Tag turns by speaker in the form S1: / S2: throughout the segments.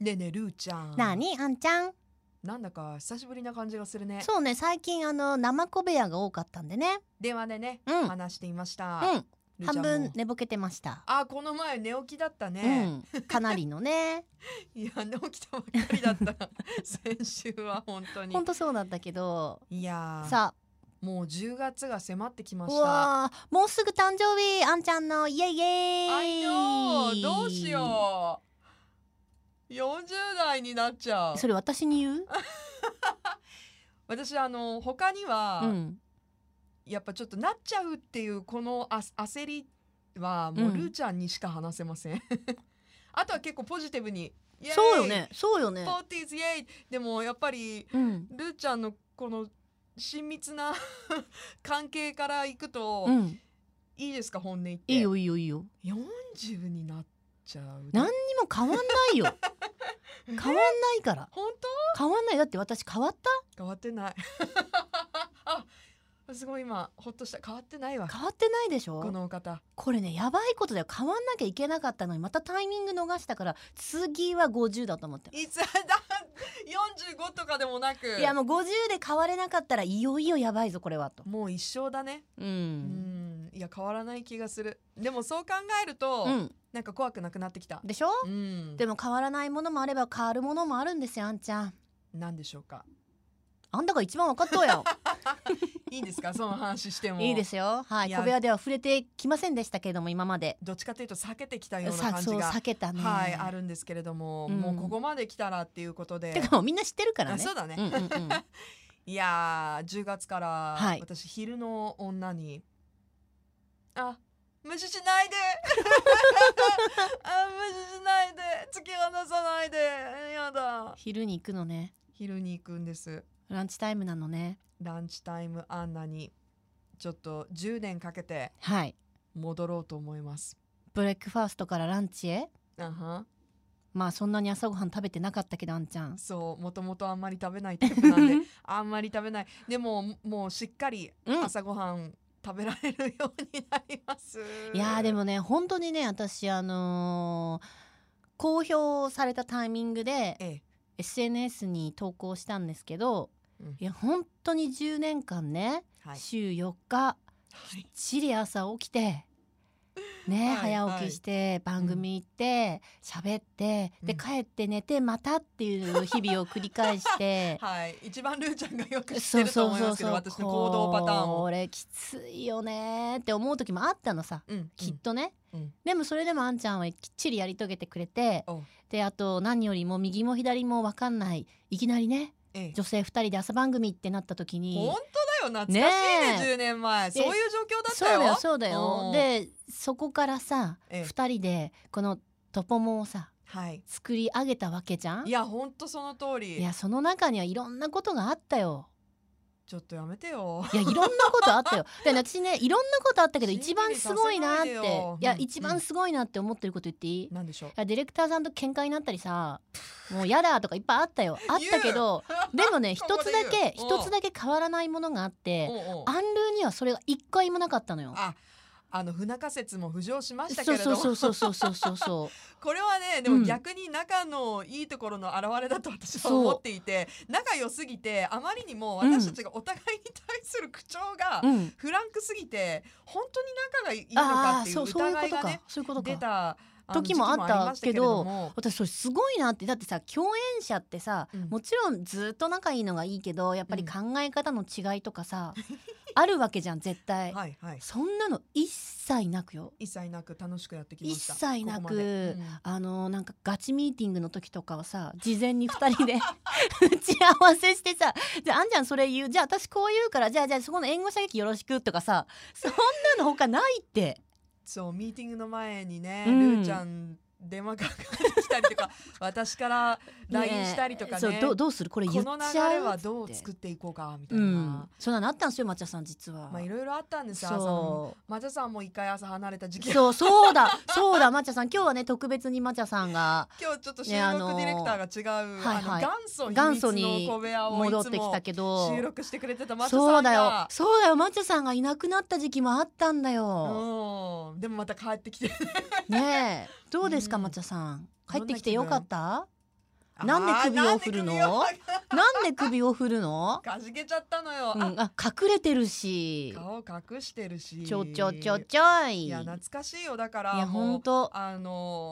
S1: ねえねえルーちゃん
S2: なあにあんちゃん
S1: なんだか久しぶりな感じがするね
S2: そうね最近あの生小部屋が多かったんでね
S1: 電話でね、
S2: うん
S1: 話していました、
S2: う
S1: ル
S2: ん
S1: ーちゃ
S2: 半
S1: んも
S2: 分寝ぼけてました
S1: あこの前寝起きだった
S2: う
S1: ね、
S2: んかなりの ね
S1: いや寝起きたばっかりだった 先週は本当に
S2: ほんとそうだったけど
S1: いやー
S2: さ
S1: もう10月が迫ってき
S2: あ
S1: ま
S2: う
S1: した
S2: わーもうすぐ誕生日あんちゃんのイエイイエ
S1: I
S2: イ
S1: know どうしよう40代になっちゃう
S2: それ私に言う
S1: 私あの他には、
S2: うん
S1: やっぱちょっとなっちゃうっていうこのあ焦りはもううんルーちゃんにしか話せません、 あとは結構ポジティブにイエーイ
S2: そうよねそうよね
S1: ポーティーズイエーイでもやっぱり
S2: うん
S1: ルーちゃんのこの親密な関係からいくと、
S2: うん
S1: いいですか本音言って
S2: いいよいいよいいよ
S1: 40になっちゃう
S2: 何にも変わんないよ変わんないから
S1: 本当
S2: 変わんないだって私変わっ
S1: 変わってない あすごい今ほっとした変わってないわ
S2: た変わってないでしょ
S1: このお方
S2: これねやばいことだよ変わんなきゃいけなかったのにまたタイミング逃したから次は50だと思って、
S1: いつだ45とかでもなく
S2: いやもう50で変われなかったらいよいよやばいぞこれはと
S1: もう一生だね
S2: う、
S1: うんんいや変わらない気がするでもそう考えると、
S2: うん、
S1: なんか怖くなくなってきた
S2: でしょ、
S1: うん
S2: でも変わらないものもあれば変わるものもあるんですよあんちゃん
S1: なんでしょうか
S2: あんたが一番分かっと うよ
S1: いいんですかその話しても
S2: いいですよはい
S1: いや
S2: 小部屋では触れてきませんでしたけれども今まで
S1: どっちかというと避けてきたような
S2: さ
S1: 感じ
S2: そう
S1: が
S2: 避けたね
S1: はいあるんですけれども、
S2: うん
S1: もうここまで来たらっていうことで
S2: てかもうみんな知ってるから
S1: あ
S2: ね
S1: そうだね、
S2: うんうんうん、
S1: いやー10月から
S2: はい
S1: 私昼の女に、あ無視し ないであ無視しないで突き放さないでやだ
S2: 昼に行くのね
S1: 昼に行くんです
S2: ランチタイムなのね
S1: ランチタイムアンナにちょっと10年かけて
S2: はい
S1: 戻ろうと思います
S2: ブレックファーストからランチへ
S1: あは
S2: まあそんなに朝ごはん食べてなかったけどあんちゃん。
S1: そうもともとあんまり食べないタイプなん であんまり食べないでももうしっかり
S2: うん
S1: 朝ごはん食べられるようになります、
S2: いやーでもね本当にね私あのー公表されたタイミングで
S1: ええ
S2: SNS に投稿したんですけど、
S1: うん
S2: いや本当に10年間ね、
S1: はい、
S2: 週4日
S1: はい
S2: チリ朝起き て。ね、
S1: はい
S2: 早起きして番組行って喋、って
S1: う
S2: で
S1: ん
S2: 帰って寝てまたっていう日々を繰り返して
S1: はい、一番ルーちゃんがよく知ってると思いますけど、私の行動パターンを。
S2: 俺きついよねーって思う時もあったのさ
S1: うん、
S2: きっとね、
S1: うん
S2: でもそれでもあんちゃんはきっちりやり遂げてくれて
S1: お
S2: であと何よりも右も左も分かんないいきなりね
S1: ええ
S2: 女性2人で朝番組ってなった時に
S1: 本当だよ、懐かしい
S2: ね
S1: ね、
S2: え
S1: 10年前、そういう状況だっ
S2: そ
S1: た
S2: うだよ
S1: よ。
S2: そうだよ
S1: うん
S2: でそこからさ、
S1: ええ
S2: 2人でこのトポモをさ
S1: はい、
S2: 作り上げたわけじゃん
S1: いや、本当その通
S2: い
S1: り
S2: や、その中にはいろんなことがあったよ
S1: ちょっとやめてよ。
S2: いやいろんなことあったよ。で私ねいろんなことあったけど
S1: しんみり
S2: 一番すごいなってい
S1: させないでよ
S2: や
S1: うん
S2: 一番すごいなって思ってること言っていい、い
S1: なんでしょう。
S2: やディレクターさんと喧嘩になったりさもうやだとかいっぱいあっ たよあったけどでもね一
S1: ここ
S2: つ
S1: で
S2: だけ
S1: 言ううん
S2: 一つだけ変わらないものがあって
S1: おうおう
S2: アンルーにはそれが一回もなかったのよ。
S1: あ、あの不仲説も浮上しましたけ
S2: そう
S1: れ
S2: そう
S1: ど
S2: そ
S1: も
S2: う、そうそうそうそうそう
S1: これはね、で
S2: う
S1: も
S2: ん
S1: 逆に仲のいいところの表れだと私は
S2: そう
S1: 思っていて、仲良すぎてあまりにも私たちがお互いに対する口調が
S2: うん
S1: フランクすぎて本当に仲がいいのか
S2: あ
S1: っ
S2: あ
S1: てい
S2: そううそういうこ
S1: 疑い
S2: と
S1: がね
S2: かそういうこと
S1: 出
S2: か
S1: たあの
S2: 時もあったけ
S1: 時期
S2: ど
S1: もありました
S2: 私それすごいなってだってさ共演者ってさ
S1: けれども
S2: もちろんずっと仲いいのがいいけどやっぱ
S1: う
S2: り
S1: ん
S2: 考え方の違いと かさ、あるわけじゃん絶
S1: う
S2: 対、
S1: んはいはい
S2: そんなの一切なくよ
S1: 一切なく楽しくやってきました
S2: 一切なく
S1: ここまでうん
S2: あのーなんかガチミーティングの時とかはさ事前に2人で 打ち合わせしてさ「じゃああんちゃんそれ言うじゃあ私こう言うからじゃあじゃあそこの援護射撃よろしく」とかさそんなの他ないって
S1: そうミーティングの前にね、
S2: うん
S1: ルーちゃん電話かかってきたりと か私から LINE したりとか
S2: そう
S1: ね
S2: どうどうするこれ
S1: こ
S2: 言っ
S1: の流
S2: ちゃ
S1: れ
S2: う
S1: はどう
S2: つって
S1: 作っていこうかみたいうな、
S2: ん、そんなのあったんですよ町田さん実は。
S1: まあいろいろあったんですよ朝の
S2: そう
S1: マジャさんも一回朝離れた時期
S2: そうそ うだそうだまちゃさん今日はね特別にまちゃさんが
S1: 今日ちょっと収
S2: ね
S1: 録
S2: あ
S1: デ
S2: の
S1: ィレクターが違う、
S2: はいはい
S1: あの元祖
S2: 元祖
S1: 秘密
S2: に
S1: の小部屋をいつも
S2: 戻ってきたけど
S1: 収録してくれてた松田
S2: そ
S1: さん
S2: うだよ
S1: が
S2: そうだよまちゃさんがいなくなった時期もあったんだよ、
S1: うんでもまた帰ってきて
S2: ねえどうですか
S1: うん
S2: まちゃさん
S1: どんな
S2: 帰ってきてよかった なんで首を振る
S1: あ
S2: の
S1: ーなんで首を
S2: なんで首を振るの、
S1: かじけちゃったのよ、
S2: う
S1: あ
S2: ん、あ隠れてるし
S1: 顔隠してるし
S2: ちょちょちょ
S1: い
S2: ちょい
S1: や懐かしいよだから
S2: いや
S1: もう
S2: 本当
S1: あ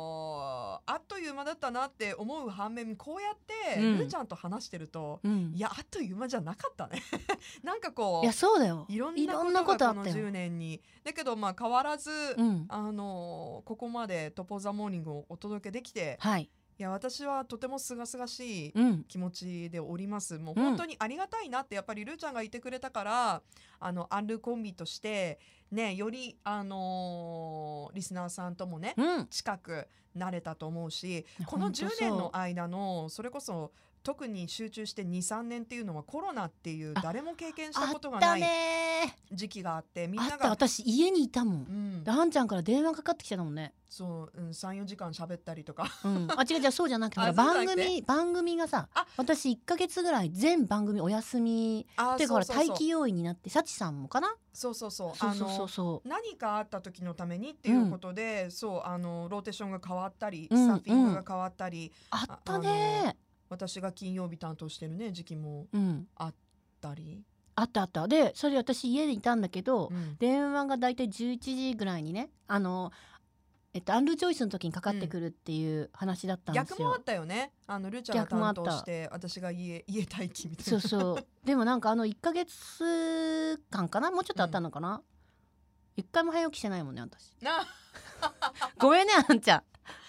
S1: のーあっという間だったなって思う反面こうやって、
S2: うん
S1: ルーちゃんと話してると
S2: うん
S1: いやあっという間じゃなかったね なんかこ
S2: いうやそうだよ
S1: いろ
S2: いろん
S1: んな
S2: なこ
S1: ことと
S2: あ
S1: が
S2: っ
S1: この
S2: たよ
S1: 10年にだけどまあ変わらず、
S2: うん
S1: あのーここまで「トポ・ザ・モーニング」をお届けできて
S2: はい
S1: いや私はとても清々しい
S2: うん
S1: 気持ちでおりますもう
S2: うん
S1: 本当にありがたいなってやっぱりルーちゃんがいてくれたからあのアンルーコンビとしてねよりあのーリスナーさんともね
S2: うん
S1: 近くなれたと思うし
S2: いや
S1: この
S2: 本当そう
S1: 10年の間のそれこそ特に集中して23年っていうのはコロナっていう
S2: あ
S1: 誰も経験し
S2: あ
S1: たこと
S2: っ
S1: が
S2: た
S1: ない
S2: ね
S1: 時期があってみん
S2: あ
S1: な
S2: った
S1: が、
S2: 私家にいたもん
S1: うん
S2: で、あんちゃんから電話かかってきてたもんね、
S1: そう、うん、34時間喋ったり とか
S2: うん、あ違う違うそうじゃなくて
S1: あ
S2: ほら番
S1: そうじゃな
S2: 組番組がさ
S1: あ
S2: 私1か月ぐらい全番組お休み
S1: あ
S2: っていうかほら
S1: そうそう
S2: 待
S1: そう
S2: 機要員になって幸さんもかな
S1: そうそうそう
S2: そうそう
S1: あ
S2: そ
S1: の
S2: うそ
S1: 何かあった時のためにっていうことで、そうあのローテーションが変わったり、
S2: うん
S1: スタッフィングが変わったり、
S2: うあったね
S1: 私が金曜日担当してるね時期も
S2: うん
S1: あったり、
S2: あったあったでそれ私家にいたんだけど
S1: うん
S2: 電話が大体11時ぐらいにねあのえっとアンルーチョイスの時にかかってくるっていう話だったんですよ、
S1: 逆もあったよねあのルーちゃんが
S2: 逆もあ
S1: 担
S2: った
S1: 当して私が家家待機みたい
S2: そ
S1: な
S2: うそうでもなんかあの1ヶ月間かなもうちょっとあったのかな、一回も早起きしてないもんね私
S1: な
S2: ごめんねあんちゃん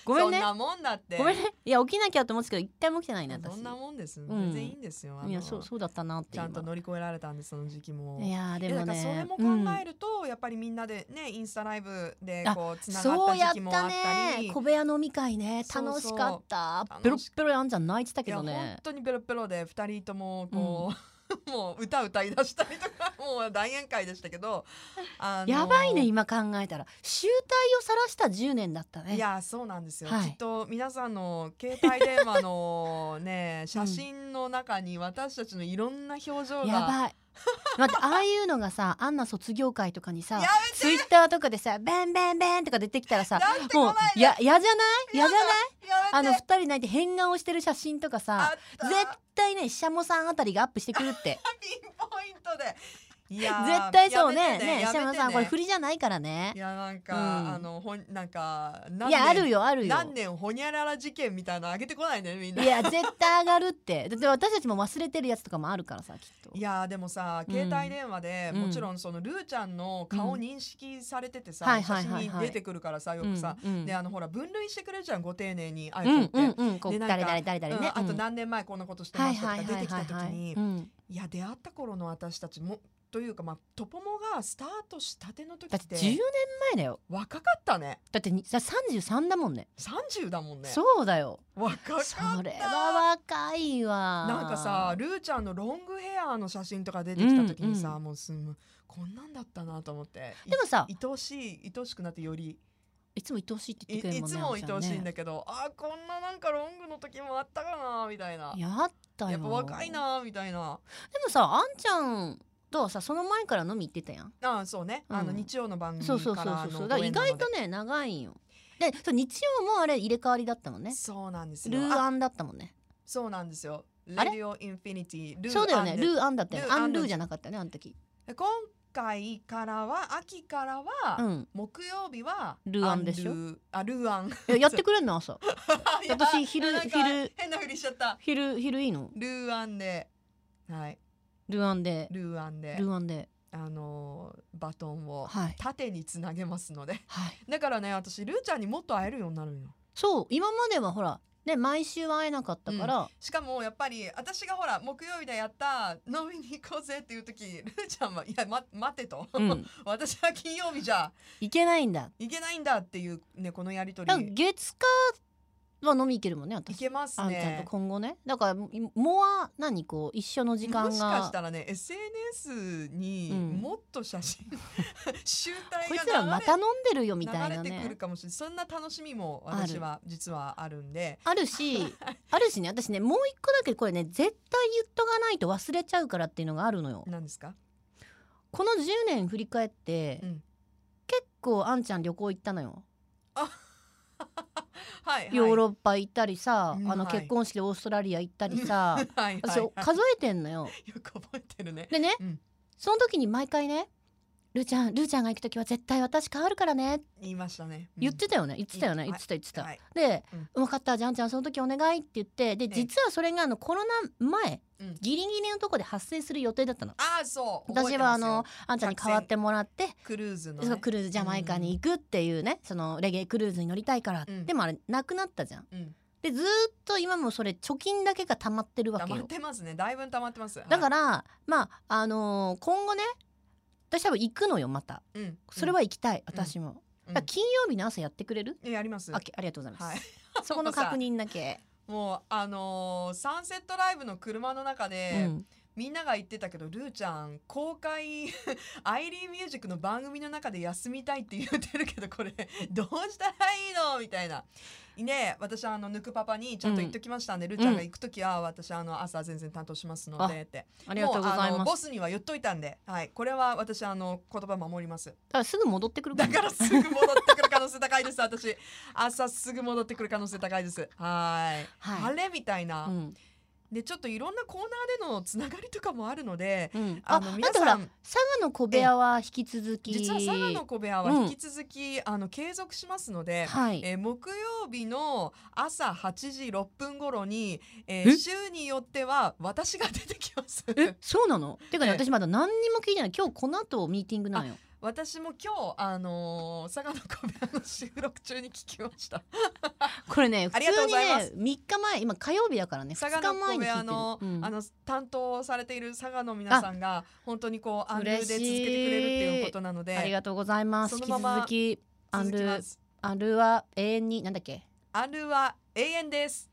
S2: ごめん
S1: そん
S2: ね
S1: なもんだって
S2: ごめんねいや起きなきゃと思ってたけど一回も起きてないね
S1: そ
S2: 私
S1: んなもんです、
S2: ん
S1: 全然いいんですよあの
S2: いやそうそうだったなって
S1: ち
S2: 今
S1: ゃんと乗り越えられたんですその時期も
S2: いやーで
S1: いや
S2: も
S1: だから
S2: ね
S1: それも考えると、やっぱりみんなでねインスタライブでこうつ
S2: うん
S1: ながっ
S2: そう
S1: た
S2: や
S1: 時
S2: っ
S1: 期もあ
S2: た
S1: った
S2: ね
S1: り
S2: 小部屋飲み会ね
S1: そうそう
S2: 楽しかった
S1: 楽し
S2: ペロッペロやんちゃん泣いてた
S1: い
S2: け
S1: や
S2: ど
S1: 本
S2: ね
S1: 当にベロベロで二人ともこう、 もう歌歌い出したりとか もう大宴会でしたけど、あの
S2: やばいね今考えたら集大を晒した10年だったね
S1: いやそうなんですよ、
S2: はい
S1: きっと皆さんの携帯電話の ね写真の中に私たちのいろんな表情
S2: や
S1: が
S2: ばい待ってああいうのがさあんな卒業会とかにさ
S1: や
S2: ツイッターとかでさ「ベンベンベン」とか出てきたらさ
S1: なんてこ
S2: も
S1: な
S2: う
S1: い
S2: ややじゃないやじゃないあ
S1: やめ
S2: の
S1: て
S2: 二人泣いて変顔してる写真とかさ
S1: あ
S2: 絶対ねしゃもさんあたりがアップしてくるって
S1: ピンポイントでいや
S2: 絶対そうね
S1: やめてね
S2: ねしゃも
S1: や
S2: さ
S1: め
S2: ん
S1: て
S2: これ振りじゃないからね
S1: いやなんか、
S2: うん
S1: あのほんなんか何
S2: いやある
S1: よ
S2: よあるよ
S1: 何年ほにゃらら事件みたいなの上げてこないねみんない
S2: や絶対上がるってだって私たちも忘れてるやつとかもあるからさきっと
S1: いやーでもさ
S2: うん
S1: 携帯電話で、
S2: うん
S1: もちろんそのルーちゃんの顔認識されててさ、
S2: はいは
S1: 写
S2: いはいはい
S1: 真に出てくるからさよくさ、
S2: うんうん
S1: であのほら分類してくれるじゃんご丁寧に
S2: う
S1: iPhone
S2: ん
S1: って、
S2: うんうんこう
S1: でなんか
S2: 誰誰誰誰
S1: うん
S2: ね
S1: あと
S2: うん
S1: 何年前こんなことして
S2: は
S1: ま
S2: い
S1: した
S2: はい
S1: とか
S2: は
S1: 出て
S2: い
S1: き
S2: は
S1: た
S2: い
S1: 時
S2: はい
S1: に
S2: うん
S1: いや出会った頃の私たちもというかまあトポモがスタートしたての時
S2: だ
S1: っ
S2: って10年
S1: て
S2: 前だよ
S1: 若かったね
S2: だってにさ33だもんね
S1: 30だもんね
S2: そうだよ
S1: 若かった
S2: それは若いわ
S1: なんかさルーちゃんのロングヘアの写真とか出てきた時にさ、
S2: うんう
S1: もうすむこんなんだったなと思ってい
S2: でもさ
S1: 愛おしい愛おしくなってより
S2: いつも愛おしいって
S1: い
S2: 言っ
S1: い
S2: てくれるもん
S1: つ
S2: ね
S1: も
S2: あ
S1: 愛
S2: ちゃ
S1: おしいん
S2: ね
S1: だけど、あーこんななんかロングの時もあったかなみたいな
S2: やったよ
S1: やっぱ若いなみたいな
S2: でもさあんちゃんとはさその前から飲み行ってたやん、
S1: あーそうね、あの
S2: うん
S1: 日曜の番組か
S2: そ
S1: ら
S2: うそうそうそうそうだから意外と
S1: ね
S2: ね長いんよでそう日曜もあれ入れ替わりだったもんね
S1: そうなんです
S2: ル
S1: よ
S2: ー
S1: あ
S2: アンだったもんね
S1: そうなんですよ
S2: あれ
S1: レディオインフィニティルー
S2: そうだよね
S1: アン
S2: ルーアンだったよね
S1: ルー
S2: ア
S1: ア
S2: ン
S1: ン
S2: ル
S1: ル
S2: ー
S1: ー
S2: じゃなかったよねあの時
S1: で今回からは秋からは、
S2: うん
S1: 木曜日は
S2: ルーアンでしょ
S1: アルーあルーアン
S2: えやってくれんの朝
S1: いや
S2: 私昼
S1: なんか
S2: 昼
S1: 変なふりしちゃった
S2: 昼昼いいの
S1: ルーアンではい
S2: ルーアンで
S1: ルーアンで
S2: ルーアンで
S1: あのーバトンを
S2: はい
S1: 縦につなげますので
S2: はい
S1: だからね私ルーちゃんにもっと会えるようになるのよ
S2: そう今まではほらね毎週会えなかったから、
S1: しかもやっぱり私がほら木曜日でやった飲みに行こうぜっていう時ルーちゃんはいや、ま、待てと、
S2: うん
S1: 私は金曜日じゃ
S2: いけないんだ
S1: 行けないんだっていうねこのやりと
S2: だから
S1: り
S2: 月火は飲み行けるもんね
S1: い
S2: 私
S1: けます
S2: あんちゃんと
S1: ね
S2: 今後ねだからももは何こう一緒の時間が
S1: もしかしたらね SNS に
S2: うん
S1: もっと写真、 集大
S2: こい
S1: が
S2: つらま
S1: 流れ
S2: た飲んでるよみたいな
S1: 流れてくる
S2: ね
S1: かもしれないそんな楽しみも私は実はあるんで
S2: あ るしあるしね私ねもう一個だけこれね絶対言っとかないと忘れちゃうからっていうのがあるのよ
S1: 何ですか
S2: この10年振り返って、
S1: うん
S2: 結構あんちゃん旅行行ったのよ
S1: はいはい
S2: ヨーロッパ行ったりさ、
S1: うん
S2: あの
S1: はい
S2: 結婚式でオーストラリア行ったりさ、
S1: はいはい
S2: 私
S1: はい
S2: 数えてんのよ。
S1: よく覚えてるね
S2: でね、
S1: うん
S2: その時に毎回ね「ルーちゃんルーちゃんが行く時は絶対私変わるからね」
S1: 言いましたね、うん
S2: 言ってたよね言ってたよね
S1: 言
S2: 言
S1: っ
S2: ってた言ってた。
S1: はい
S2: で
S1: うん
S2: 「分かったじゃんちゃんその時お願い」って言ってで
S1: え
S2: 実はそれがあのコロナ前
S1: うん
S2: ギリギリのとこで発生する予定だったの。
S1: ああそう覚え
S2: 私
S1: て
S2: は
S1: ま
S2: あ
S1: すよ
S2: のあんちゃんに代わってもらって
S1: クルーズの、
S2: そ
S1: ね
S2: う、クルーズジャマイカに行くっていうね、そのレゲエクルーズに乗りたいから、
S1: うん
S2: でもあれなくなったじゃん。
S1: うん
S2: でずーっと今もそれ貯金だけが溜まってるわ
S1: 溜
S2: け
S1: まっ
S2: よ。
S1: てますねだいぶ溜まってます、
S2: だからら、まああのー今後ね私多分行くのよまた
S1: うん
S2: それ、は行きたい、私も。
S1: うん
S2: だから金曜日の朝やってくれる、
S1: うんやります
S2: あけありがとうございます。
S1: はい
S2: そこの確認だけ。
S1: もうあのーサンセットライブの車の中で、
S2: うん
S1: みんなが言ってたけどルーちゃん公開 アイリーンミュージックの番組の中で休みたいって言ってるけどこれ どうしたらいいのみたいな。ね私あのぬくパパにちゃんと言っときましたんで、ルーちゃんが行く時は私あの朝全然担当しますのでって
S2: ありがとうござい
S1: もうあの
S2: ます。だ
S1: ボスには言っといたんで、はい、これは私あの言葉守ります
S2: からすぐ戻ってくる
S1: だ
S2: ね
S1: からすぐ戻ってくる可能性高いです私朝すぐ戻ってくる可能性高いですはい、
S2: はい。
S1: 晴れみたいな、
S2: うん
S1: でちょっといろんなコーナーでのつながりとかもあるので
S2: うん、
S1: あ
S2: あ
S1: の
S2: だ
S1: 皆
S2: ってほ
S1: さ
S2: ら
S1: ん
S2: 佐賀の小部屋は引き続き
S1: 実は佐賀の小部屋は
S2: うん
S1: 引き続き、あの継続しますので、
S2: はい、
S1: えー木曜日の朝8時6分頃に、えー
S2: え
S1: 週によっては私が出てきます。
S2: えそうなのてかね、
S1: ええ
S2: 私まだ何にも聞いてない今日この後ミーティングなのよ
S1: 私も今日あのー佐賀の小部屋の収録中に聞きました。
S2: これね
S1: あ
S2: 普
S1: りがとうご
S2: 通に
S1: ざいま
S2: ね3日前今火曜日だからね2
S1: 佐賀
S2: 日
S1: の
S2: 前
S1: 小部
S2: に聞いて
S1: 屋
S2: る
S1: の,、
S2: うん
S1: あの担当されている佐賀の皆さんが本当にこうアンルーで続けてくれるっていうことなの
S2: あり
S1: で
S2: がとうございます
S1: そ
S2: 引
S1: の
S2: き
S1: まま
S2: 続きアン
S1: 続
S2: ル
S1: きま
S2: ー
S1: す。
S2: アンルーは永遠になんだっけ
S1: アンルーは永遠です。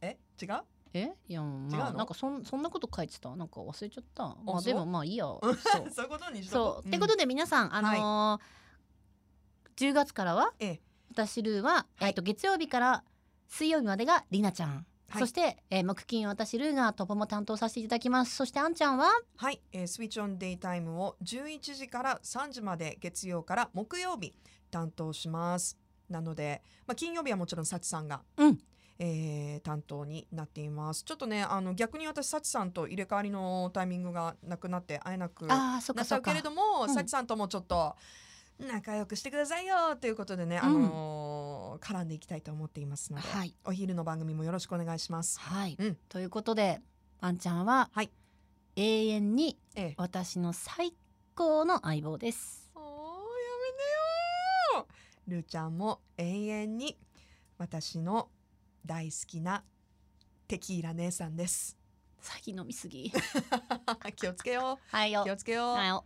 S1: え違う？
S2: えいや
S1: 違
S2: ま
S1: う
S2: あ
S1: の
S2: なんかそんそんなこと書いてたなんか忘れちゃったまあ
S1: そう
S2: でもま あいいやそ
S1: そういうことに
S2: う
S1: し
S2: そ
S1: と
S2: う、ってこと
S1: で、
S2: で皆さんあのー10月からは
S1: ええ
S2: 私ルーは、えっと月曜日から水曜日までがりなちゃん、
S1: はい
S2: そして、えー、木金私ルーがトポも担当させていただきますそしてあんちゃんは
S1: はい、えー、スイッチオンデイタイムを11時から3時まで月曜から木曜日担当します。なので、まあ、金曜日はもちろん幸さんが、
S2: うん
S1: えー担当になっています。ちょっとねあの逆に私幸さんと入れ替わりのタイミングがなくなって会えなくな
S2: ああそっか
S1: っち
S2: そ
S1: ゃ
S2: っ
S1: うけ
S2: か
S1: れども、
S2: うん
S1: 幸さんともちょっと仲良くしてくださいよということでね、あのー絡んでいきたいと思っていますので、
S2: はい
S1: お昼の番組もよろしくお願いします。
S2: はい、
S1: うん
S2: ということであんちゃんは、
S1: はい
S2: 永遠に
S1: ええ
S2: 私の最高の相棒です
S1: おーやめてよールーちゃんも永遠に私の大好きなテキーラ姉さんです
S2: 先飲みすぎ
S1: 気をつけよ
S2: はいうよ
S1: 気をつけよう
S2: はいよ